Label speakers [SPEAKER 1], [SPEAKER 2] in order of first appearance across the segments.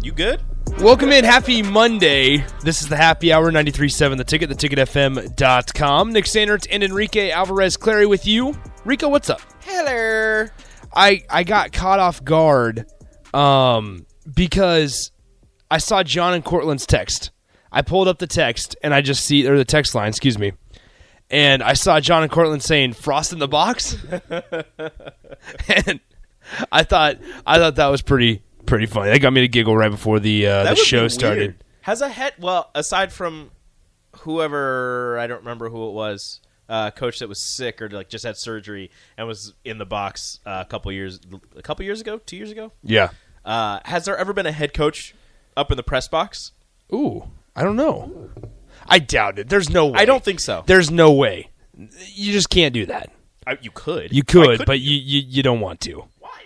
[SPEAKER 1] You good?
[SPEAKER 2] Welcome in. Happy Monday. This is the Happy Hour 93.7, the ticket, theticketfm.com. Nick Sanders and Enrique Alvarez Clary with you. Rico, what's up? Hello. I, I got caught off guard um, because I saw John and Cortland's text. I pulled up the text and I just see, or the text line, excuse me. And I saw John and Cortland saying "Frost in the box," and I thought I thought that was pretty pretty funny. That got me to giggle right before the uh, the
[SPEAKER 1] would be
[SPEAKER 2] show
[SPEAKER 1] weird.
[SPEAKER 2] started.
[SPEAKER 1] Has a head? Well, aside from whoever I don't remember who it was, uh, coach that was sick or like just had surgery and was in the box uh, a couple years, a couple years ago, two years ago.
[SPEAKER 2] Yeah.
[SPEAKER 1] Uh, has there ever been a head coach up in the press box?
[SPEAKER 2] Ooh, I don't know. I doubt it. There's no way.
[SPEAKER 1] I don't think so.
[SPEAKER 2] There's no way. You just can't do that.
[SPEAKER 1] I, you could.
[SPEAKER 2] You
[SPEAKER 1] I
[SPEAKER 2] could,
[SPEAKER 1] couldn't.
[SPEAKER 2] but you, you you don't want to.
[SPEAKER 1] Why?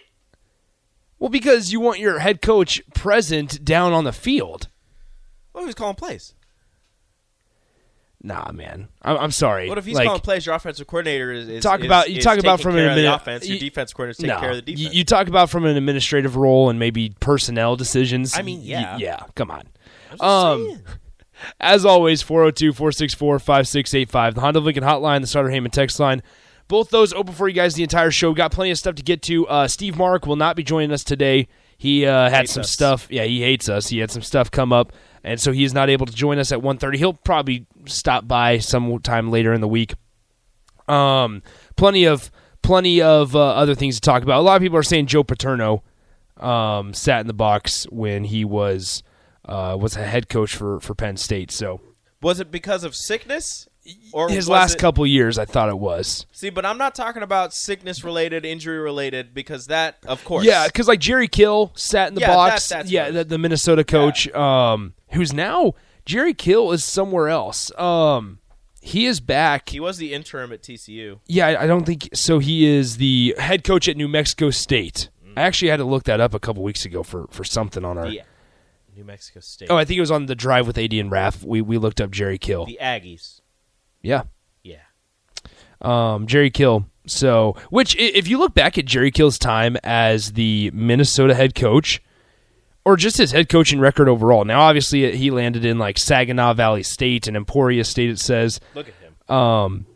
[SPEAKER 2] Well, because you want your head coach present down on the field.
[SPEAKER 1] What if he's calling plays?
[SPEAKER 2] Nah, man. I'm, I'm sorry.
[SPEAKER 1] What if he's
[SPEAKER 2] Like,
[SPEAKER 1] calling plays? Your offensive coordinator is, is
[SPEAKER 2] Talk
[SPEAKER 1] is-
[SPEAKER 2] about- you
[SPEAKER 1] is
[SPEAKER 2] talk about
[SPEAKER 1] taking
[SPEAKER 2] from
[SPEAKER 1] care
[SPEAKER 2] an
[SPEAKER 1] of the
[SPEAKER 2] admini-
[SPEAKER 1] offense. Your
[SPEAKER 2] you-
[SPEAKER 1] defense coordinator taking
[SPEAKER 2] no.
[SPEAKER 1] care of the
[SPEAKER 2] You-
[SPEAKER 1] defense.
[SPEAKER 2] You, talk about from an administrative role and maybe personnel decisions.
[SPEAKER 1] I mean,
[SPEAKER 2] Y-
[SPEAKER 1] yeah.
[SPEAKER 2] yeah. Come on.
[SPEAKER 1] um,
[SPEAKER 2] As always, 402 464 5685, the Honda of Lincoln hotline, the Starter Heyman text line. Both those open for you guys the entire show. Got plenty of stuff to get to. Uh, Steve Mark will not be joining us today. He uh, had
[SPEAKER 1] Hates
[SPEAKER 2] some
[SPEAKER 1] us.
[SPEAKER 2] stuff. Yeah, he hates us. He had some stuff come up, and so he is not able to join us at 1.30. He'll probably stop by sometime later in the week. Um, plenty of plenty of uh, other things to talk about. A lot of people are saying Joe Paterno um, sat in the box when he was uh, was a head coach for for Penn State. So
[SPEAKER 1] was it because of sickness? Or
[SPEAKER 2] his
[SPEAKER 1] was
[SPEAKER 2] last
[SPEAKER 1] it-
[SPEAKER 2] couple years, I thought it was.
[SPEAKER 1] See, but I'm not talking about sickness related, injury related, because that, of course.
[SPEAKER 2] Yeah, because like Jerry Kill sat in the
[SPEAKER 1] Yeah,
[SPEAKER 2] box.
[SPEAKER 1] that- that's
[SPEAKER 2] yeah,
[SPEAKER 1] what it
[SPEAKER 2] the, the Minnesota coach, um, who's now Jerry Kill is somewhere else. Um, he is back.
[SPEAKER 1] he was the interim at TCU.
[SPEAKER 2] Yeah, I, I don't think so. He is the head coach at New Mexico State. I actually had to look that up a couple weeks ago for for something on our.
[SPEAKER 1] Mm. Yeah. New Mexico State.
[SPEAKER 2] Oh, I think it was on the drive with AD and Raff. We we looked up Jerry Kill.
[SPEAKER 1] the Aggies.
[SPEAKER 2] Yeah.
[SPEAKER 1] Yeah.
[SPEAKER 2] um, Jerry Kill. So, which i- if you look back at Jerry Kill's time as the Minnesota head coach, or just his head coaching record overall. Now, obviously, he landed in like Saginaw Valley State and Emporia State. It says,
[SPEAKER 1] Look at him.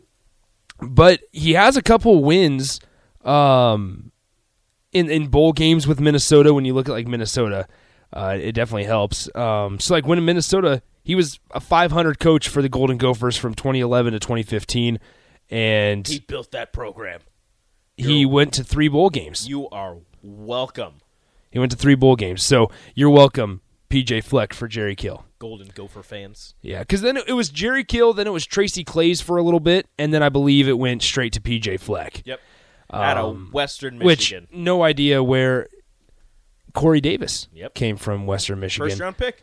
[SPEAKER 2] but he has a couple wins um, in in bowl games with Minnesota. When you look at like Minnesota, uh, it definitely helps. Um, so like when in Minnesota, he was a 500 coach for the Golden Gophers from 2011 to 2015, and
[SPEAKER 1] he built that program.
[SPEAKER 2] he went to three bowl games.
[SPEAKER 1] You are welcome,
[SPEAKER 2] He went to three bowl games. So you're welcome, PJ Fleck for Jerry Kill.
[SPEAKER 1] Golden Gopher fans.
[SPEAKER 2] Yeah, because then it it was Jerry Kill, then it was Tracy Clays for a little bit, and then I believe it went straight to PJ Fleck,
[SPEAKER 1] Yep. Out of Western
[SPEAKER 2] Um, which
[SPEAKER 1] Michigan.
[SPEAKER 2] no idea where Corey Davis
[SPEAKER 1] Yep.
[SPEAKER 2] came from Western Michigan.
[SPEAKER 1] First round pick.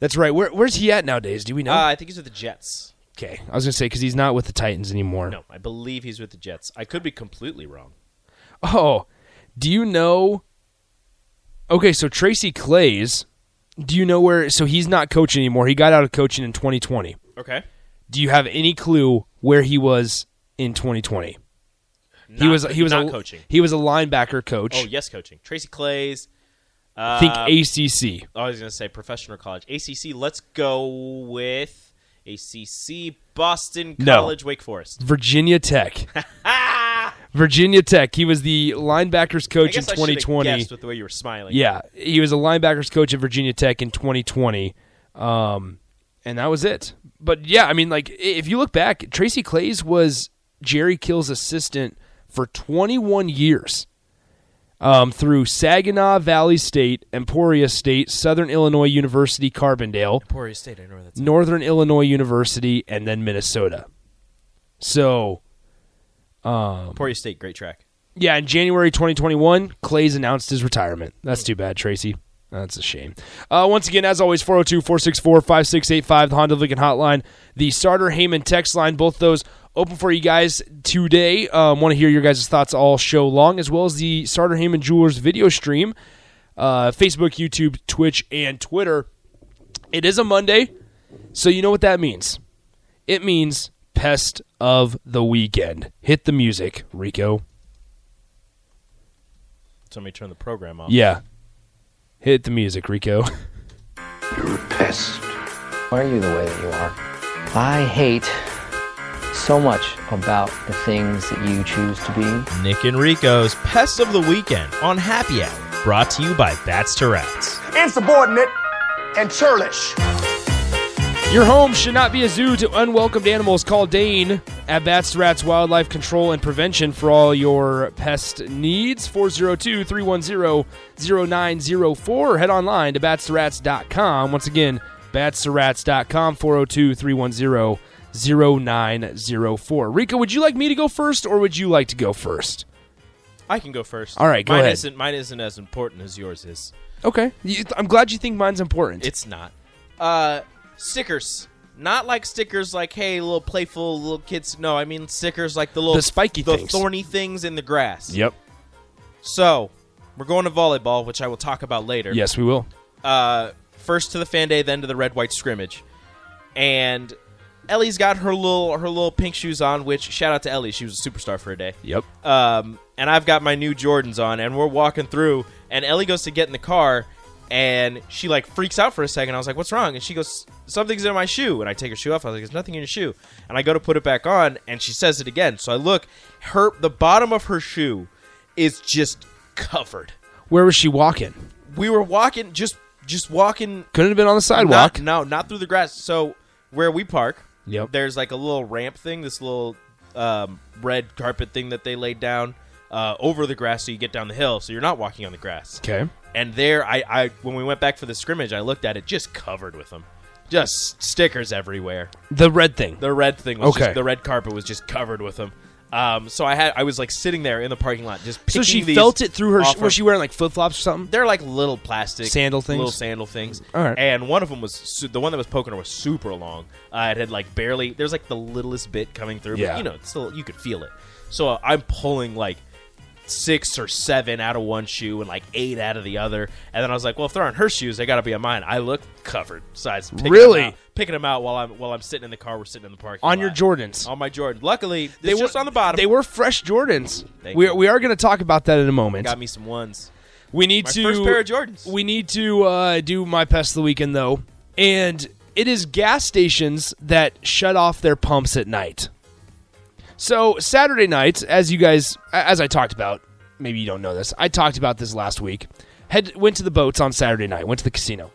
[SPEAKER 2] That's right. Where, where's he at nowadays? Do we know?
[SPEAKER 1] Uh, I think he's with the Jets.
[SPEAKER 2] okay, I was gonna say because he's not with the Titans anymore.
[SPEAKER 1] No, I believe he's with the Jets. I could be completely wrong.
[SPEAKER 2] Oh, do you know? Okay, so Tracy Clays, do you know where? So he's not coaching anymore. He got out of coaching in 2020.
[SPEAKER 1] Okay.
[SPEAKER 2] Do you have any clue where he was in 2020? he
[SPEAKER 1] Not-
[SPEAKER 2] was he was
[SPEAKER 1] not
[SPEAKER 2] a,
[SPEAKER 1] coaching.
[SPEAKER 2] He was a linebacker coach.
[SPEAKER 1] Oh, yes, coaching. Tracy Clays.
[SPEAKER 2] I
[SPEAKER 1] Uh,
[SPEAKER 2] think ACC.
[SPEAKER 1] I was going to say professional college. ACC, let's go with ACC, Boston
[SPEAKER 2] No.
[SPEAKER 1] College, Wake Forest.
[SPEAKER 2] Virginia Tech.
[SPEAKER 1] Ah!
[SPEAKER 2] Virginia Tech. He was the linebackers
[SPEAKER 1] I
[SPEAKER 2] coach in
[SPEAKER 1] guess I should have
[SPEAKER 2] 2020.
[SPEAKER 1] guessed with the way you were smiling.
[SPEAKER 2] Yeah, he was a linebackers coach at Virginia Tech in 2020, um, and that was it. But yeah, I mean, like i- if you look back, Tracy Clays was Jerry Kill's assistant for 21 years. um, through Saginaw Valley State, Emporia State, Southern Illinois University, Carbondale,
[SPEAKER 1] Emporia State. I know where that's.
[SPEAKER 2] Northern Illinois University, and then Minnesota. So,
[SPEAKER 1] Emporia State, great track.
[SPEAKER 2] yeah, in January 2021, Clay's announced his retirement. That's too bad, Tracy. That's a shame. Uh, once again, as always, 402 464 5685, the Honda Lincoln Hotline, the Starter Heyman text line, both those open for you guys today. Um, Want to hear your guys' thoughts all show long, as well as the Starter Heyman Jewelers video stream, uh, Facebook, YouTube, Twitch, and Twitter. It is a Monday, so you know what that means. It means pest of the weekend. Hit the music, Rico.
[SPEAKER 1] Somebody turn the program off.
[SPEAKER 2] Yeah. Hit the music, Rico.
[SPEAKER 3] Why are you the way that you are? I hate so much about the things that you choose to be.
[SPEAKER 1] Nick and Rico's Pest of the Weekend on Happy Hour, brought to you by Bats to Rats.
[SPEAKER 4] insubordinate, and churlish.
[SPEAKER 2] Your home should not be a zoo to unwelcomed animals. Call Dane at Bats to Rats Wildlife Control and Prevention for all your pest needs. 402 310 0904 or head online to batstorats.com. Once again, batstorats.com 402 310 0904. Rico, would you like me to go first or would you like to go first?
[SPEAKER 1] I can go first.
[SPEAKER 2] All right, go
[SPEAKER 1] mine
[SPEAKER 2] ahead.
[SPEAKER 1] Isn't, mine isn't as important as yours is.
[SPEAKER 2] Okay. You- I'm glad you think mine's important.
[SPEAKER 1] It's not. Uh, stickers. Not like stickers like, hey, little playful little kids. No, I mean stickers like the little
[SPEAKER 2] The spiky
[SPEAKER 1] the
[SPEAKER 2] things.
[SPEAKER 1] thorny things in the grass.
[SPEAKER 2] yep.
[SPEAKER 1] So, we're going to volleyball, which I will talk about later.
[SPEAKER 2] Yes, we will.
[SPEAKER 1] uh, first to the fan day, then to the red white scrimmage, and Ellie's got her little her little pink shoes on. Which shout out to Ellie, she was a superstar for a day.
[SPEAKER 2] Yep.
[SPEAKER 1] Um, and I've got my new Jordans on, and we're walking through, and Ellie goes to get in the car, and she like freaks out for a second. I was like, "What's wrong?" And she goes, "Something's in my shoe." And I take her shoe off. I was like, "There's nothing in your shoe." And I go to put it back on, and she says it again. So I look, her the bottom of her shoe is just covered.
[SPEAKER 2] Where was she walking?
[SPEAKER 1] We were walking, just just walking
[SPEAKER 2] Couldn't have been on the sidewalk.
[SPEAKER 1] not, no, not through the grass. So where we park,
[SPEAKER 2] Yep.
[SPEAKER 1] there's like a little ramp thing, this little um, red carpet thing that they laid down uh, over the grass, so you get down the hill, so you're not walking on the grass.
[SPEAKER 2] okay.
[SPEAKER 1] And there, I, I when we went back for the scrimmage, I looked at it, just covered with them, just stickers everywhere.
[SPEAKER 2] The red thing.
[SPEAKER 1] The red thing, was
[SPEAKER 2] Okay.
[SPEAKER 1] just, the red carpet was just covered with them. Um, so I had, I was like sitting there in the parking lot, just
[SPEAKER 2] so
[SPEAKER 1] picking
[SPEAKER 2] she
[SPEAKER 1] these
[SPEAKER 2] felt it through her.
[SPEAKER 1] off
[SPEAKER 2] was she wearing like flip flops or something?
[SPEAKER 1] they're like little plastic
[SPEAKER 2] Sandal things?
[SPEAKER 1] little sandal things.
[SPEAKER 2] All right.
[SPEAKER 1] And one of them was su- the one that was poking her was super long. Uh, it had like barely. There's like the littlest bit coming through,
[SPEAKER 2] Yeah.
[SPEAKER 1] but you know, it's still you could feel it. So uh, I'm pulling like six or seven out of one shoe and like eight out of the other. And then I was like, well, if they're on her shoes, they got to be on mine. I look covered. So I was picking 'em
[SPEAKER 2] Really?
[SPEAKER 1] out- picking them out while I'm while I'm sitting in the car. We're sitting in the parking
[SPEAKER 2] On your
[SPEAKER 1] lot.
[SPEAKER 2] Jordans.
[SPEAKER 1] On my Jordan. Luckily,
[SPEAKER 2] They
[SPEAKER 1] they
[SPEAKER 2] were-
[SPEAKER 1] were just on the bottom.
[SPEAKER 2] They were fresh Jordans.
[SPEAKER 1] Thank
[SPEAKER 2] We
[SPEAKER 1] you.
[SPEAKER 2] we are going to talk about that in a moment.
[SPEAKER 1] got me some ones.
[SPEAKER 2] We need
[SPEAKER 1] My
[SPEAKER 2] to
[SPEAKER 1] first pair of Jordans.
[SPEAKER 2] We need to uh, do my pest of the weekend though, and it is gas stations that shut off their pumps at night. So Saturday night, as you guys, a- as I talked about, maybe you don't know this. I talked about this last week. Head went to the boats on Saturday night. Went to the casino,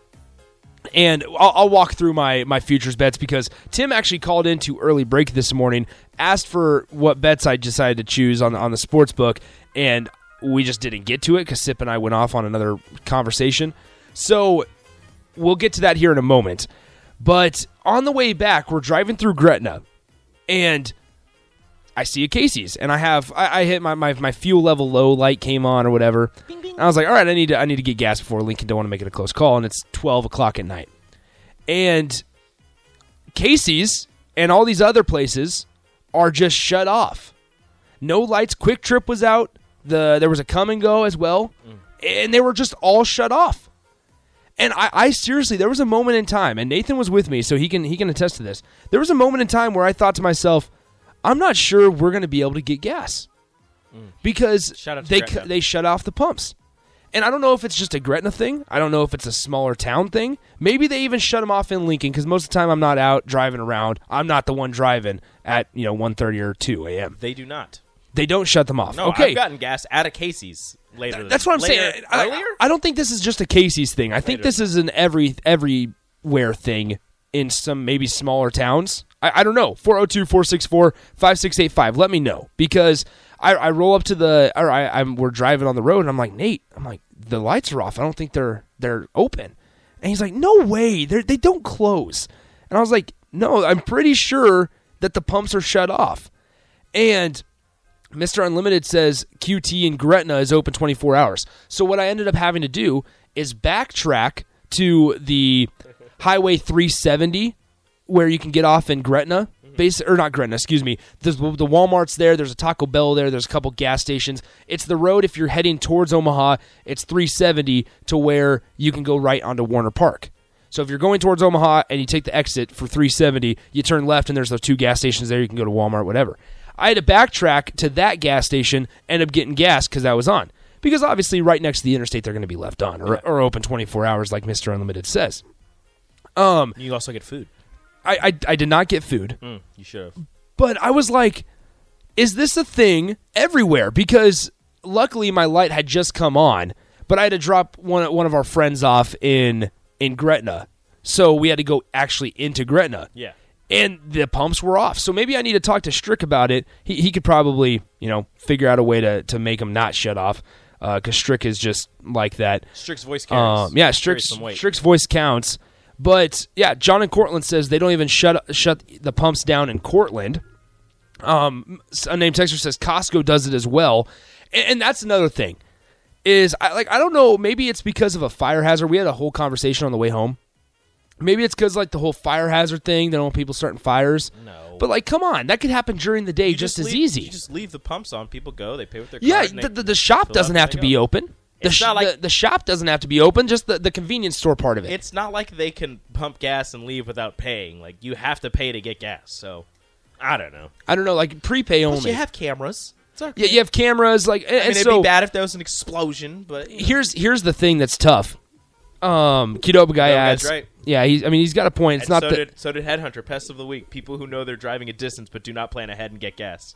[SPEAKER 2] and I'll, I'll walk through my my futures bets because Tim actually called into early break this morning, asked for what bets I decided to choose on the- on the sports book, and we just didn't get to it because Sip and I went off on another conversation. So we'll get to that here in a moment. But on the way back, we're driving through Gretna, and I see a Casey's, and I have I, I hit my, my my fuel level low light came on or whatever. And I was like, all right, I need to I need to get gas before Lincoln don't want to make it a close call, and it's twelve o'clock at night, and Casey's and all these other places are just shut off. No lights. Quick Trip was out. The there was a come and go as well,
[SPEAKER 1] Mm.
[SPEAKER 2] and they were just all shut off. And I, I seriously, there was a moment in time, and Nathan was with me, so he can he can attest to this. There was a moment in time where I thought to myself, I'm not sure we're going to be able to get gas because
[SPEAKER 1] Mm. Shout out to
[SPEAKER 2] they
[SPEAKER 1] Gretna.
[SPEAKER 2] cu- they shut off the pumps. And I don't know if it's just a Gretna thing. I don't know if it's a smaller town thing. Maybe they even shut them off in Lincoln because most of the time I'm not out driving around. I'm not the one driving at you know 1:30 or 2 a.m.
[SPEAKER 1] They do not.
[SPEAKER 2] They don't shut them off.
[SPEAKER 1] No,
[SPEAKER 2] okay,
[SPEAKER 1] I've gotten gas out of Casey's later. than-
[SPEAKER 2] that's what I'm
[SPEAKER 1] later-
[SPEAKER 2] saying. I,
[SPEAKER 1] earlier?
[SPEAKER 2] I don't think this is just a Casey's thing. I think
[SPEAKER 1] Later.
[SPEAKER 2] this is an every everywhere thing in some maybe oh smaller towns. I, I don't know. 402 464 5685. Let me know because I, I roll up to the or I, I'm we're driving on the road and I'm like Nate I'm like the lights are off I don't think they're they're open and he's like no way they they don't close and I was like no I'm pretty sure that the pumps are shut off and Mr. Unlimited says QT in Gretna is open 24 hours. So what I ended up having to do is backtrack to the Highway 370 where you can get off in Gretna, base or not Gretna, excuse me. There's the Walmart's there. There's a Taco Bell there. There's a couple gas stations. It's the road if you're heading towards Omaha. It's 370 to where you can go right onto Warner Park. So if you're going towards Omaha and you take the exit for 370, you turn left and there's those two gas stations there. You can go to Walmart, whatever. I had to backtrack to that gas station, end up getting gas because I was on. Because obviously, right next to the interstate, they're going to be left on or, or open 24 hours, like Mr. Unlimited says.
[SPEAKER 1] You also get food.
[SPEAKER 2] I, I, I did not get food.
[SPEAKER 1] Mm, You should
[SPEAKER 2] Mm.
[SPEAKER 1] have.
[SPEAKER 2] but I was like, is this a thing everywhere? Because luckily my light had just come on, but I had to drop one one of our friends off in in Gretna. So we had to go actually into Gretna.
[SPEAKER 1] Yeah.
[SPEAKER 2] And the pumps were off. So maybe I need to talk to Strick about it. He, he could probably, you know, figure out a way to, to make them not shut off because Strick is just like that.
[SPEAKER 1] Strick's voice carries.
[SPEAKER 2] Um, yeah,
[SPEAKER 1] carries
[SPEAKER 2] Strick's,
[SPEAKER 1] some weight.
[SPEAKER 2] Strick's voice counts. But yeah, John and Cortland says they don't even shut shut the pumps down in Cortland. Um, unnamed texter says Costco does it as well, and, and that's another thing. Is I like I don't know. Maybe it's because of a fire hazard. We had a whole conversation on the way home. Maybe it's because like the whole fire hazard thing. They don't want people starting fires.
[SPEAKER 1] No.
[SPEAKER 2] but like, come on, that could happen during the day
[SPEAKER 1] You
[SPEAKER 2] just, as
[SPEAKER 1] leave-
[SPEAKER 2] easy.
[SPEAKER 1] You just leave the pumps on. People go. They pay with their
[SPEAKER 2] Yeah,
[SPEAKER 1] card and
[SPEAKER 2] the,
[SPEAKER 1] they
[SPEAKER 2] the, the shop
[SPEAKER 1] fill
[SPEAKER 2] doesn't
[SPEAKER 1] up
[SPEAKER 2] have to
[SPEAKER 1] and they
[SPEAKER 2] be
[SPEAKER 1] go.
[SPEAKER 2] open. The,
[SPEAKER 1] It's
[SPEAKER 2] sh-
[SPEAKER 1] not like-
[SPEAKER 2] the, the shop doesn't have to be open, just the, the convenience store part of it.
[SPEAKER 1] It's not like they can pump gas and leave without paying. Like you have to pay to get gas. So I don't know.
[SPEAKER 2] I don't know, like prepay
[SPEAKER 1] Plus,
[SPEAKER 2] only.
[SPEAKER 1] you have cameras. It's okay.
[SPEAKER 2] yeah, you have cameras, like, and,
[SPEAKER 1] I
[SPEAKER 2] and
[SPEAKER 1] mean,
[SPEAKER 2] so
[SPEAKER 1] it'd be bad if there was an explosion, but you know.
[SPEAKER 2] here's here's the thing that's tough. Um, Kidoba guy
[SPEAKER 1] Kidoba's
[SPEAKER 2] adds,
[SPEAKER 1] right.
[SPEAKER 2] yeah, he, I mean, he's got a point. It's not
[SPEAKER 1] And so
[SPEAKER 2] that
[SPEAKER 1] did so did Headhunter. Pest of the week: people who know they're driving a distance but do not plan ahead and get gas.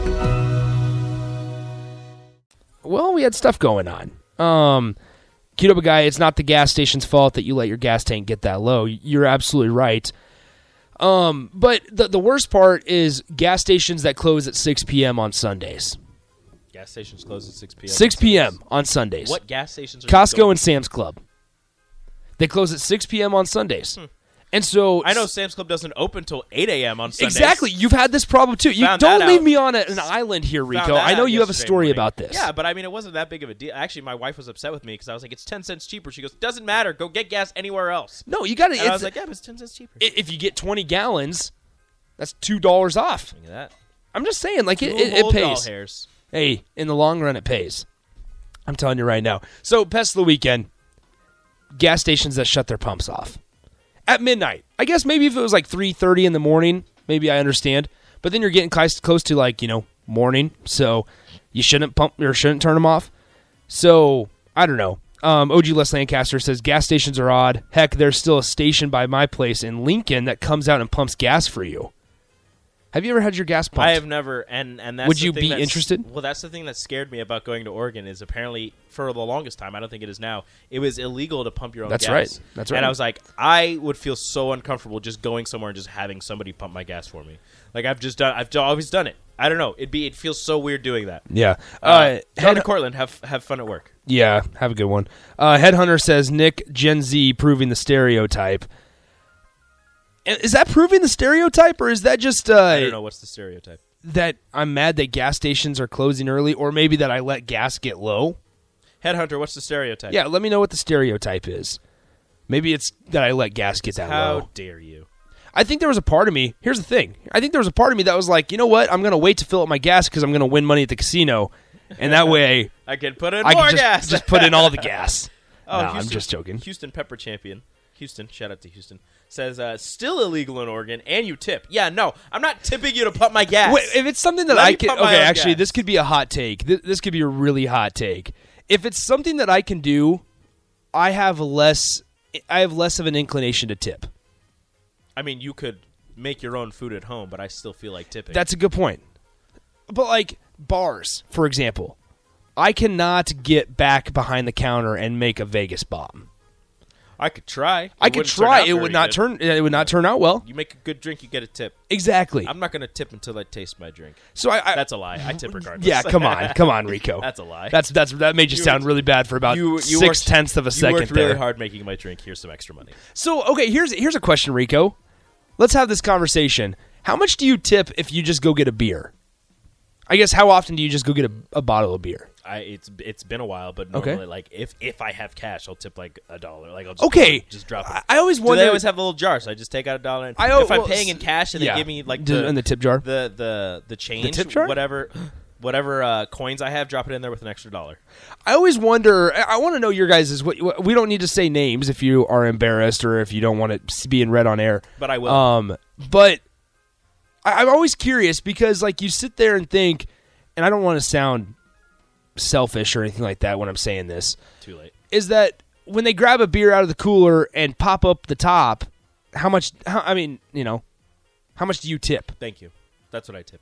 [SPEAKER 2] well, we had stuff going on. Um, Kidoba guy, it's not the gas station's fault that you let your gas tank get that low. You're absolutely right. Um, but the the worst part is gas stations that close at 6 p.m. on Sundays.
[SPEAKER 1] Gas stations close at six p.m.
[SPEAKER 2] 6 p.m. on Sundays.
[SPEAKER 1] What gas stations? Are
[SPEAKER 2] Costco
[SPEAKER 1] going-
[SPEAKER 2] and Sam's Club. They close at 6 p.m. on Sundays. And so
[SPEAKER 1] Hmm. I know Sam's Club doesn't open till eight a.m. on Sundays.
[SPEAKER 2] exactly. You've had this problem too. You
[SPEAKER 1] Found
[SPEAKER 2] don't
[SPEAKER 1] that
[SPEAKER 2] leave
[SPEAKER 1] out.
[SPEAKER 2] me on a, an island here,
[SPEAKER 1] Found
[SPEAKER 2] Rico.
[SPEAKER 1] that
[SPEAKER 2] I know
[SPEAKER 1] out
[SPEAKER 2] you have a
[SPEAKER 1] yesterday
[SPEAKER 2] story
[SPEAKER 1] morning.
[SPEAKER 2] about this.
[SPEAKER 1] Yeah, but I mean, it wasn't that big of a deal. Actually, my wife was upset with me because I was like, "It's ten cents cheaper." She goes, "Doesn't matter. Go get gas anywhere else."
[SPEAKER 2] no, you got to.
[SPEAKER 1] And I was like, "Yeah, but it's ten cents cheaper."
[SPEAKER 2] if you get 20 gallons, that's two dollars off.
[SPEAKER 1] Look at that.
[SPEAKER 2] I'm just saying, like it,
[SPEAKER 1] Two
[SPEAKER 2] it, it
[SPEAKER 1] whole doll
[SPEAKER 2] pays.
[SPEAKER 1] hairs.
[SPEAKER 2] Hey, in the long run, it pays. I'm telling you right now. So, pest of the weekend, gas stations that shut their pumps off at midnight. I guess maybe if it was like 3:30 in the morning, maybe I understand. But then you're getting close, close to like you know morning, so you shouldn't pump or shouldn't turn them off. So I don't know. Um, OG Les Lancaster says gas stations are odd. Heck, there's still a station by my place in Lincoln that comes out and pumps gas for you. Have you ever had your gas pumped?
[SPEAKER 1] I have never, and and that's
[SPEAKER 2] Would
[SPEAKER 1] the
[SPEAKER 2] you
[SPEAKER 1] thing
[SPEAKER 2] be
[SPEAKER 1] that's-
[SPEAKER 2] interested?
[SPEAKER 1] Well, that's the thing that scared me about going to Oregon is apparently for the longest time, I don't think it is now. It was illegal to pump your own.
[SPEAKER 2] That's
[SPEAKER 1] gas.
[SPEAKER 2] right. That's right.
[SPEAKER 1] And I was like, I would feel so uncomfortable just going somewhere and just having somebody pump my gas for me. Like I've just done, I've d- always done it. I don't know. It'd be, it feels so weird doing that.
[SPEAKER 2] Yeah. Uh,
[SPEAKER 1] John
[SPEAKER 2] head-
[SPEAKER 1] and Cortland, have have fun at work.
[SPEAKER 2] Yeah, have a good one. Uh, Headhunter says Nick Gen Z proving the stereotype. I- Is that proving the stereotype, or is that just uh,
[SPEAKER 1] I don't know what's the stereotype.
[SPEAKER 2] that I'm mad that gas stations are closing early, or maybe that I let gas get low?
[SPEAKER 1] Headhunter, what's the stereotype?
[SPEAKER 2] Yeah, let me know what the stereotype is. Maybe it's that I let gas get that
[SPEAKER 1] How
[SPEAKER 2] low.
[SPEAKER 1] dare you?
[SPEAKER 2] I think there was a part of me. Here's the thing. I think there was a part of me that was like, you know what? I'm gonna wait to fill up my gas because I'm gonna win money at the casino, and that way
[SPEAKER 1] I can put in
[SPEAKER 2] I
[SPEAKER 1] more
[SPEAKER 2] can just,
[SPEAKER 1] gas.
[SPEAKER 2] just put in all the gas.
[SPEAKER 1] Oh,
[SPEAKER 2] Nah, I'm
[SPEAKER 1] Houston-
[SPEAKER 2] just joking.
[SPEAKER 1] Houston Pepper Champion. Houston, shout out to Houston. Says uh, still illegal in Oregon, and you tip. Yeah, no, I'm not tipping you to pump my gas.
[SPEAKER 2] Wait, if it's something that
[SPEAKER 1] Let
[SPEAKER 2] I
[SPEAKER 1] me
[SPEAKER 2] can,
[SPEAKER 1] pump my
[SPEAKER 2] okay,
[SPEAKER 1] own
[SPEAKER 2] actually,
[SPEAKER 1] gas.
[SPEAKER 2] this could be a hot take. This, this could be a really hot take. if it's something that I can do, I have less I have less of an inclination to tip.
[SPEAKER 1] I mean, you could make your own food at home, but I still feel like tipping.
[SPEAKER 2] That's a good point. But like bars, for example, I cannot get back behind the counter and make a Vegas bomb.
[SPEAKER 1] I could try. It
[SPEAKER 2] I could
[SPEAKER 1] wouldn't turn
[SPEAKER 2] try.
[SPEAKER 1] out
[SPEAKER 2] It
[SPEAKER 1] very
[SPEAKER 2] would not
[SPEAKER 1] good.
[SPEAKER 2] turn. It would not turn out well.
[SPEAKER 1] You make a good drink, you get a tip.
[SPEAKER 2] Exactly.
[SPEAKER 1] I'm not going to tip until I taste my drink.
[SPEAKER 2] so I. I
[SPEAKER 1] That's a lie. I tip regardless.
[SPEAKER 2] yeah, come on, come on, Rico.
[SPEAKER 1] That's a lie.
[SPEAKER 2] That's that's that made you,
[SPEAKER 1] You
[SPEAKER 2] sound
[SPEAKER 1] worked-
[SPEAKER 2] really bad for about
[SPEAKER 1] You- you
[SPEAKER 2] six
[SPEAKER 1] worked-
[SPEAKER 2] tenths of a
[SPEAKER 1] You
[SPEAKER 2] second
[SPEAKER 1] worked really
[SPEAKER 2] there.
[SPEAKER 1] hard making my drink. Here's some extra money.
[SPEAKER 2] So okay, here's here's a question, Rico. Let's have this conversation. How much do you tip if you just go get a beer? I guess how often do you just go get a, a bottle of beer?
[SPEAKER 1] I it's it's been a while, but
[SPEAKER 2] Okay.
[SPEAKER 1] normally like if if I have cash, I'll tip like a dollar. Like I'll just
[SPEAKER 2] Okay,
[SPEAKER 1] just drop. It.
[SPEAKER 2] I, I always
[SPEAKER 1] Do
[SPEAKER 2] wonder.
[SPEAKER 1] they always have a little jar, so I just take out a dollar. And,
[SPEAKER 2] I al-
[SPEAKER 1] if I'm
[SPEAKER 2] well,
[SPEAKER 1] paying in cash and
[SPEAKER 2] yeah.
[SPEAKER 1] they give me like
[SPEAKER 2] Do-
[SPEAKER 1] the
[SPEAKER 2] in the tip jar?
[SPEAKER 1] the the the change,
[SPEAKER 2] tip jar?
[SPEAKER 1] whatever, whatever uh, coins I have, drop it in there with an extra dollar.
[SPEAKER 2] I always wonder. I want to know your guys' is what, what we don't need to say names if you are embarrassed or if you don't want it being read on air.
[SPEAKER 1] But I will.
[SPEAKER 2] Um, but I, I'm always curious because like you sit there and think, and I don't want to sound selfish or anything like that when I'm saying this.
[SPEAKER 1] Too late.
[SPEAKER 2] Is that when they grab a beer out of the cooler and pop up the top? How much? How, I mean, you know, how much do you tip?
[SPEAKER 1] Thank you. That's what I tip.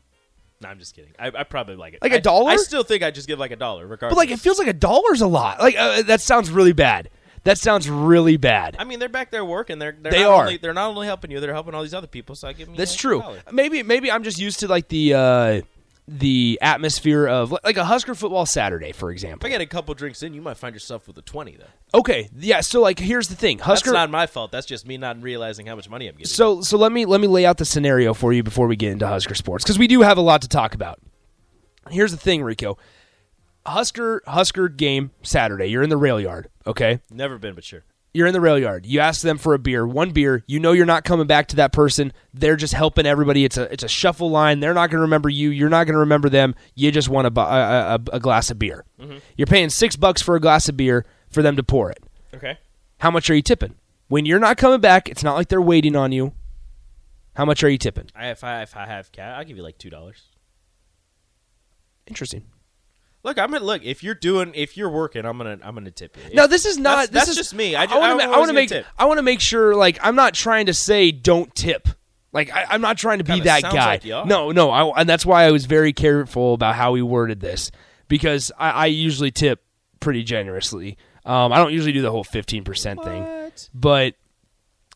[SPEAKER 1] No, I'm just kidding. I, I probably like it.
[SPEAKER 2] Like a
[SPEAKER 1] I-
[SPEAKER 2] dollar?
[SPEAKER 1] I still think I just give like a dollar, regardless.
[SPEAKER 2] But like, it feels like a dollar's a lot. Like uh, that sounds really bad. That sounds really bad.
[SPEAKER 1] I mean, they're back there working. They're, they're
[SPEAKER 2] They
[SPEAKER 1] not
[SPEAKER 2] are.
[SPEAKER 1] Only, they're not only helping you, they're helping all these other people. So I give me.
[SPEAKER 2] That's
[SPEAKER 1] a
[SPEAKER 2] true.
[SPEAKER 1] dollar.
[SPEAKER 2] Maybe maybe I'm just used to like the uh, the atmosphere of like a Husker football Saturday, for
[SPEAKER 1] If I
[SPEAKER 2] example.
[SPEAKER 1] get a couple drinks in, you might find yourself with a twenty though.
[SPEAKER 2] Okay, yeah. So like, here's the thing,
[SPEAKER 1] That's
[SPEAKER 2] Husker.
[SPEAKER 1] not my fault. That's just me not realizing how much money I'm getting.
[SPEAKER 2] so so let me let me lay out the scenario for you before we get into Husker sports because we do have a lot to talk about. Here's the thing, Rico. Husker Husker game Saturday. You're in the rail yard. Okay,
[SPEAKER 1] Never been, but sure.
[SPEAKER 2] you're in the rail yard. You ask them for a beer, one beer. You know you're not coming back to that person. They're just helping everybody. It's a it's a shuffle line. They're not going to remember you. You're not going to remember them. You just want a bu- a, a, a glass of beer. You're paying six bucks for a glass of beer for them to pour it.
[SPEAKER 1] Okay.
[SPEAKER 2] How much are you tipping? When you're not coming back, it's not like they're waiting on you. How much are you tipping?
[SPEAKER 1] I, if I if I have cat, I'll give you like two dollars.
[SPEAKER 2] Interesting.
[SPEAKER 1] Look, I'm gonna look. If you're doing, if you're working, I'm gonna I'm gonna tip you. If-
[SPEAKER 2] No, this is not.
[SPEAKER 1] That's, that's
[SPEAKER 2] this is,
[SPEAKER 1] just me. I, ju-
[SPEAKER 2] wanna
[SPEAKER 1] I,
[SPEAKER 2] ma-
[SPEAKER 1] want to
[SPEAKER 2] make. I want to make sure. Like, I'm not trying to say don't tip. Like, I, I'm not trying to be
[SPEAKER 1] Kinda
[SPEAKER 2] that
[SPEAKER 1] sounds
[SPEAKER 2] guy.
[SPEAKER 1] like you are.
[SPEAKER 2] no, no. I, and that's why I was very careful about how we worded this because I, I usually tip pretty generously. Um, I don't usually do the whole 15% thing, but.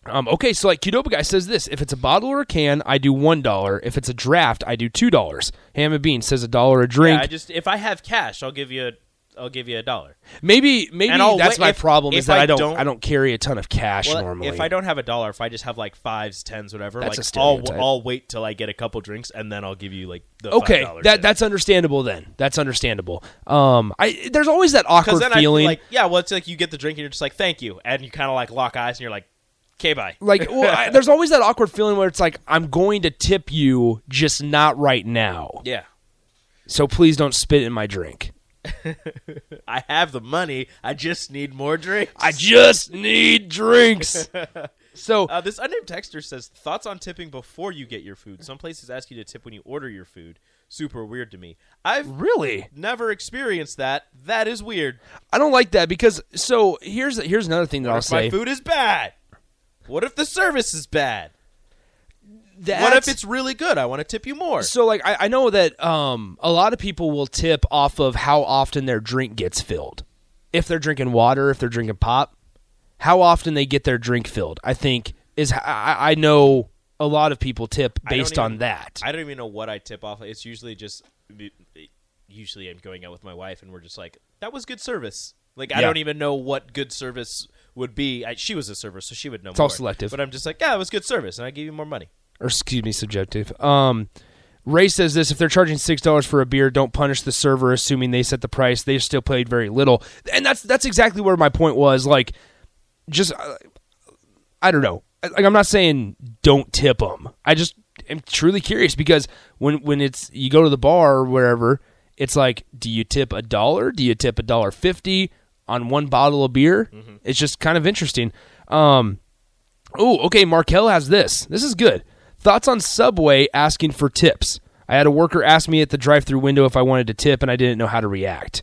[SPEAKER 2] Um, okay, so like Qdoba guy says this: if it's a bottle or a can, I do one dollar. If it's a draft, I do two dollars. Ham and bean says a dollar a drink.
[SPEAKER 1] Yeah, I just if I have cash, I'll give you a I'll give you a dollar.
[SPEAKER 2] maybe maybe
[SPEAKER 1] And I'll
[SPEAKER 2] that's
[SPEAKER 1] wait-
[SPEAKER 2] my
[SPEAKER 1] if-
[SPEAKER 2] problem is
[SPEAKER 1] if
[SPEAKER 2] that
[SPEAKER 1] I
[SPEAKER 2] I don't,
[SPEAKER 1] don't-
[SPEAKER 2] I don't carry a ton of cash
[SPEAKER 1] Well,
[SPEAKER 2] normally.
[SPEAKER 1] if I don't have a dollar, if I just have like fives, tens, whatever,
[SPEAKER 2] That's
[SPEAKER 1] like
[SPEAKER 2] a
[SPEAKER 1] I'll
[SPEAKER 2] stereotype.
[SPEAKER 1] I'll wait till I get a couple drinks and then I'll give you like the
[SPEAKER 2] okay
[SPEAKER 1] $5
[SPEAKER 2] that
[SPEAKER 1] tip.
[SPEAKER 2] that's understandable then that's understandable um i there's always that awkward
[SPEAKER 1] then I feel
[SPEAKER 2] feeling
[SPEAKER 1] like yeah, well, it's like you get the drink and you're just like thank you, and you kind of like lock eyes and you're like, okay, bye.
[SPEAKER 2] like well, I, there's always that awkward feeling where it's like i'm going to tip you just not right now
[SPEAKER 1] Yeah,
[SPEAKER 2] so please don't spit in my drink
[SPEAKER 1] I have the money. I just need more drinks.
[SPEAKER 2] i just need drinks so
[SPEAKER 1] Uh, this unnamed texter says thoughts on tipping before you get your food. Some places ask you to tip when you order your food. Super weird to me. I've
[SPEAKER 2] Mm-hmm. really
[SPEAKER 1] never experienced that. That is weird.
[SPEAKER 2] i don't like that because so here's here's another thing that i'll
[SPEAKER 1] If
[SPEAKER 2] say
[SPEAKER 1] my food is bad. What if the service is bad? what if
[SPEAKER 2] That's-
[SPEAKER 1] it's really good? I want to tip you more.
[SPEAKER 2] So like I, I know that um a lot of people will tip off of how often their drink gets filled. If they're drinking water, if they're drinking pop, how often they get their drink filled, I think is h- I, I know a lot of people tip
[SPEAKER 1] I don't
[SPEAKER 2] based
[SPEAKER 1] even-
[SPEAKER 2] on that.
[SPEAKER 1] I don't even know what I tip off. It's usually just usually I'm going out with my wife and we're just like that was good service. Like I
[SPEAKER 2] Yeah.
[SPEAKER 1] don't even know what good service would be. I, she was a server, so she would know.
[SPEAKER 2] all
[SPEAKER 1] more.
[SPEAKER 2] selective.
[SPEAKER 1] But I'm just like, yeah, it was good service, and I give you more money.
[SPEAKER 2] or excuse me, subjective. Um, Ray says this: if they're charging six dollars for a beer, don't punish the server, assuming they set the price. They still paid very little, and that's that's exactly where my point was. Like, just uh, I don't know. Like, I'm not saying don't tip them. I just am truly curious because when when it's you go to the bar or wherever, it's like, do you tip a dollar? Do you tip a dollar fifty on one bottle of beer? It's just kind of interesting. Um, Oh, okay. Markel has this. This is good. Thoughts on Subway asking for tips. I had a worker ask me at the drive-through window if I wanted to tip, and I didn't know how to react.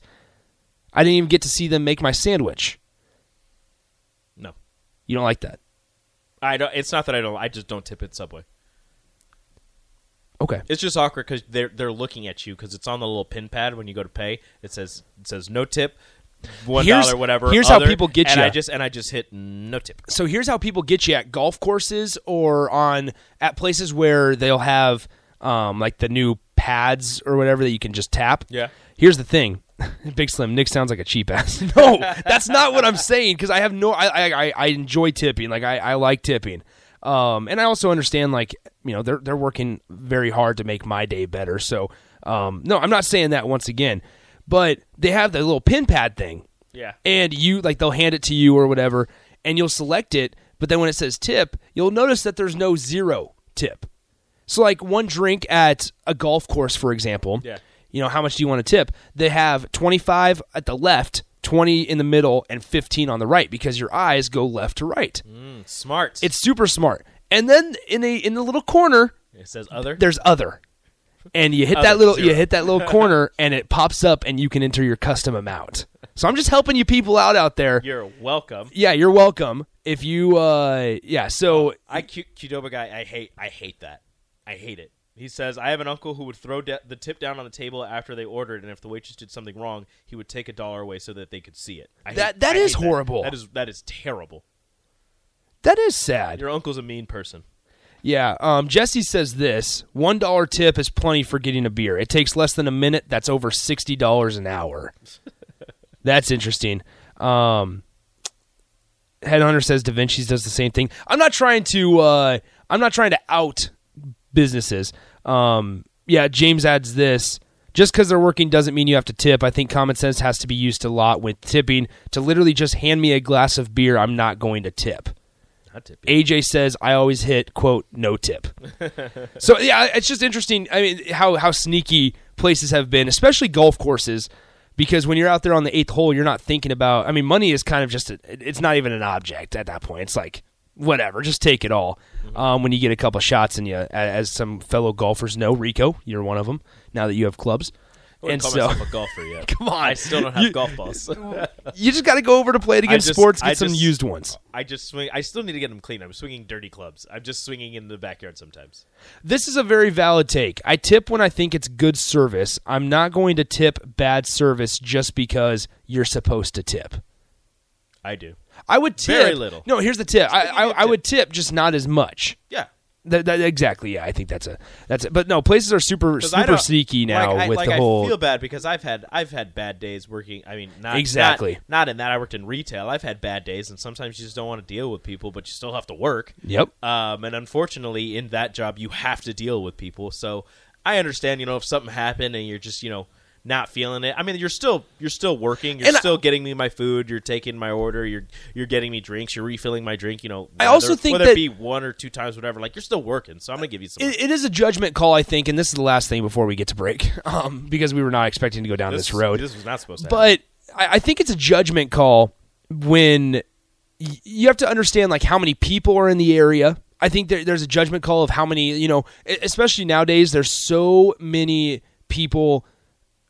[SPEAKER 2] I didn't even get to see them make my sandwich.
[SPEAKER 1] No,
[SPEAKER 2] You don't like that?
[SPEAKER 1] I don't. It's not that I don't. I just don't tip at Subway.
[SPEAKER 2] Okay.
[SPEAKER 1] It's just awkward because they're they're looking at you because it's on the little pin pad when you go to pay. It says it says no tip, one
[SPEAKER 2] Here's-
[SPEAKER 1] dollar whatever.
[SPEAKER 2] here's how
[SPEAKER 1] other,
[SPEAKER 2] people get
[SPEAKER 1] and
[SPEAKER 2] ya.
[SPEAKER 1] I just and I just hit no tip.
[SPEAKER 2] So here's how people get you at golf courses or on at places where they'll have um, like the new pads or whatever that you can just tap.
[SPEAKER 1] Yeah.
[SPEAKER 2] Here's the thing. Big Slim, Nick sounds like a cheap ass. no, that's not what I'm saying because I have no. I, I I- I enjoy tipping. Like I, I like tipping, um, and I also understand like you know they're they're working very hard to make my day better. So um, no, I'm not saying that once again, but they have the little pin pad thing.
[SPEAKER 1] Yeah.
[SPEAKER 2] And you like they'll hand it to you or whatever, and you'll select it. But then when it says tip, you'll notice that there's no zero tip. So like one drink at a golf course, for example.
[SPEAKER 1] Yeah.
[SPEAKER 2] You know how much do you want to tip? They have 25 at the left, 20 in the middle, and 15 on the right because your eyes go left to right.
[SPEAKER 1] Mm-hmm. Smart.
[SPEAKER 2] It's super smart. And then in the in the little corner,
[SPEAKER 1] it says other.
[SPEAKER 2] there's other and you hit that
[SPEAKER 1] Other
[SPEAKER 2] little you
[SPEAKER 1] zero.
[SPEAKER 2] hit that little corner and it pops up and you can enter your custom amount so i'm just helping you people out out there
[SPEAKER 1] You're welcome.
[SPEAKER 2] yeah you're welcome if you uh yeah so
[SPEAKER 1] I Q- Qdoba guy. I hate. I hate that. I hate it. He says I have an uncle who would throw de- the tip down on the table after they ordered, and if the waitress did something wrong, he would take a dollar away so that they could see it. I hate-
[SPEAKER 2] That- that
[SPEAKER 1] I
[SPEAKER 2] is
[SPEAKER 1] hate
[SPEAKER 2] horrible.
[SPEAKER 1] That is that is terrible.
[SPEAKER 2] that is sad
[SPEAKER 1] Your uncle's a mean person.
[SPEAKER 2] yeah um jesse says this one dollar tip is plenty for getting a beer it takes less than a minute that's over sixty dollars an hour that's interesting um headhunter says da vinci's does the same thing i'm not trying to uh i'm not trying to out businesses um yeah james adds this just because they're working doesn't mean you have to tip i think common sense has to be used a lot with tipping to literally just hand me a glass of beer i'm not going to tip
[SPEAKER 1] Not tipping.
[SPEAKER 2] aj says i always hit quote no tip so yeah it's just interesting i mean how how sneaky places have been especially golf courses because when you're out there on the eighth hole you're not thinking about i mean money is kind of just a, it's not even an object at that point it's like whatever just take it all
[SPEAKER 1] Mm-hmm.
[SPEAKER 2] um, when you get a couple shots and you a- as some fellow golfers know rico you're one of them now that you have clubs
[SPEAKER 1] I
[SPEAKER 2] and
[SPEAKER 1] wouldn't call
[SPEAKER 2] so
[SPEAKER 1] myself a golfer yet.
[SPEAKER 2] Come on.
[SPEAKER 1] I still don't have
[SPEAKER 2] You-
[SPEAKER 1] golf balls.
[SPEAKER 2] you just got to go over to play it
[SPEAKER 1] I
[SPEAKER 2] against
[SPEAKER 1] just-
[SPEAKER 2] sports get
[SPEAKER 1] I
[SPEAKER 2] some
[SPEAKER 1] just-
[SPEAKER 2] used ones
[SPEAKER 1] I just swing. I still need to get them clean. I'm swinging dirty clubs. I'm just swinging in the backyard sometimes.
[SPEAKER 2] This is a very valid take. I tip when I think it's good service. I'm not going to tip bad service just because you're supposed to tip.
[SPEAKER 1] I do.
[SPEAKER 2] I would tip
[SPEAKER 1] Very little.
[SPEAKER 2] No, here's the tip. I,
[SPEAKER 1] give
[SPEAKER 2] I,
[SPEAKER 1] you a
[SPEAKER 2] I would tip just not as much.
[SPEAKER 1] Yeah.
[SPEAKER 2] That, that- exactly. Yeah, I think that's a that's it. But no, places are super
[SPEAKER 1] 'Cause I
[SPEAKER 2] super
[SPEAKER 1] don't-
[SPEAKER 2] sneaky now
[SPEAKER 1] like, I,
[SPEAKER 2] with
[SPEAKER 1] like
[SPEAKER 2] the
[SPEAKER 1] I
[SPEAKER 2] whole.
[SPEAKER 1] feel bad because I've had I've had bad days working. I mean, not
[SPEAKER 2] Exactly.
[SPEAKER 1] Not, not in that I worked in retail. I've had bad days, and sometimes you just don't want to deal with people, but you still have to work.
[SPEAKER 2] Yep.
[SPEAKER 1] Um, and unfortunately, in that job, you have to deal with people. So I understand, you know, if something happened and you're just, you know, not feeling it. I mean, you're still you're still working. You're
[SPEAKER 2] And I-
[SPEAKER 1] still getting me my food. You're taking my order. You're you're getting me drinks. You're refilling my drink. You know,
[SPEAKER 2] I also
[SPEAKER 1] whether-
[SPEAKER 2] think
[SPEAKER 1] whether
[SPEAKER 2] that-
[SPEAKER 1] it be one or two times, whatever. Like you're still working, so I'm gonna give you some.
[SPEAKER 2] It, it is a judgment call, I think, and this is the last thing before we get to break, um, because we were not expecting to go down this, road.
[SPEAKER 1] This was not supposed to. happen.
[SPEAKER 2] but I, I think it's a judgment call when y- you have to understand like how many people are in the area. I think there, there's a judgment call of how many you know, e- especially nowadays. There's so many people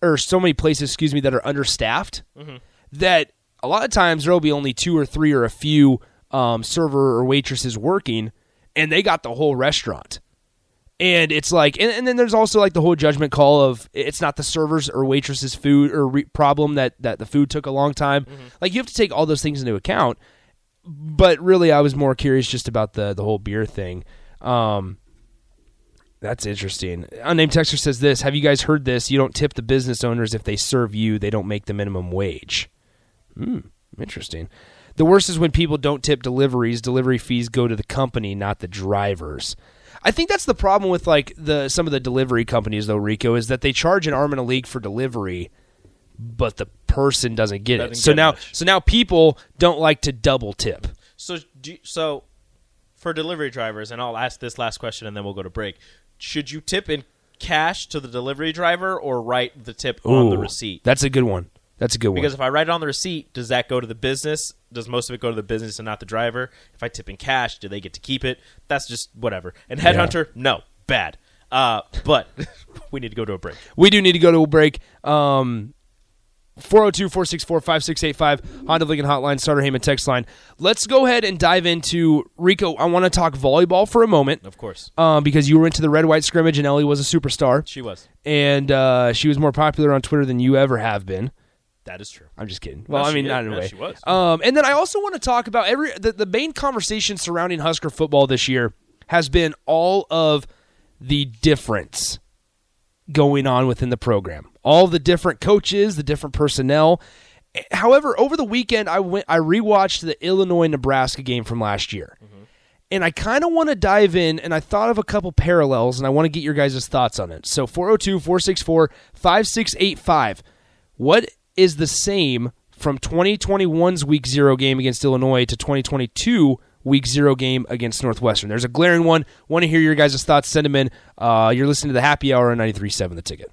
[SPEAKER 2] or so many places, excuse me, that are understaffed that a lot of times there will be only two or three or a few um, server or waitresses working, and they got the whole restaurant. And it's like, and, and then there's also like the whole judgment call of it's not the servers or waitresses' food or re- problem that that the food took a long time. Like you have to take all those things into account. But really, I was more curious just about the the whole beer thing. Um, that's interesting. Unnamed texter says this: Have you guys heard this? You don't tip the business owners if they serve you; they don't make the minimum wage. Hmm, interesting. The worst is when people don't tip deliveries. Delivery fees go to the company, not the drivers. I think that's the problem with like the some of the delivery companies though, Rico, is that they charge an arm and a leg for delivery, but the person doesn't get it.
[SPEAKER 1] Doesn't
[SPEAKER 2] So
[SPEAKER 1] get
[SPEAKER 2] now,
[SPEAKER 1] much.
[SPEAKER 2] so now people don't like to double tip.
[SPEAKER 1] So do you- so for delivery drivers, and I'll ask this last question, and then we'll go to break. Should you tip in cash to the delivery driver or write the tip on the
[SPEAKER 2] Ooh,
[SPEAKER 1] receipt?
[SPEAKER 2] That's a good one. That's a good
[SPEAKER 1] Because
[SPEAKER 2] one.
[SPEAKER 1] if I write it on the receipt, does that go to the business? Does most of it go to the business and not the driver? If I tip in cash, do they get to keep it? That's just whatever. And headhunter, no, bad. Uh, but we need to go to a break.
[SPEAKER 2] We do need to go to a break. Um, 402-464-5685 Honda Lincoln Hotline Starter Heyman text line. Let's go ahead and dive into Rico. I want to talk volleyball for a moment,
[SPEAKER 1] Of course,
[SPEAKER 2] um, because you were into the red white scrimmage and Ellie was a superstar,
[SPEAKER 1] she was.
[SPEAKER 2] and uh, she was more popular on Twitter than you ever have been.
[SPEAKER 1] That is true.
[SPEAKER 2] I'm just kidding. Well,
[SPEAKER 1] No,
[SPEAKER 2] I
[SPEAKER 1] she
[SPEAKER 2] mean,
[SPEAKER 1] is.
[SPEAKER 2] not in a
[SPEAKER 1] No,
[SPEAKER 2] way.
[SPEAKER 1] she was.
[SPEAKER 2] Um, and then I also want to talk about every the, the main conversation surrounding Husker football this year has been all of the difference going on within the program, all the different coaches, the different personnel. However, over the weekend, I went I rewatched the Illinois Nebraska game from last year,
[SPEAKER 1] Mm-hmm.
[SPEAKER 2] and I kind of want to dive in, and I thought of a couple parallels, and I want to get your guys' thoughts on it. So 402 464 5685. What is the same from 2021's week zero game against Illinois to 2022 week zero game against Northwestern? There's a glaring one. Want to hear your guys' thoughts? Send them in. Uh, you're listening to the happy hour on 93.7 The Ticket.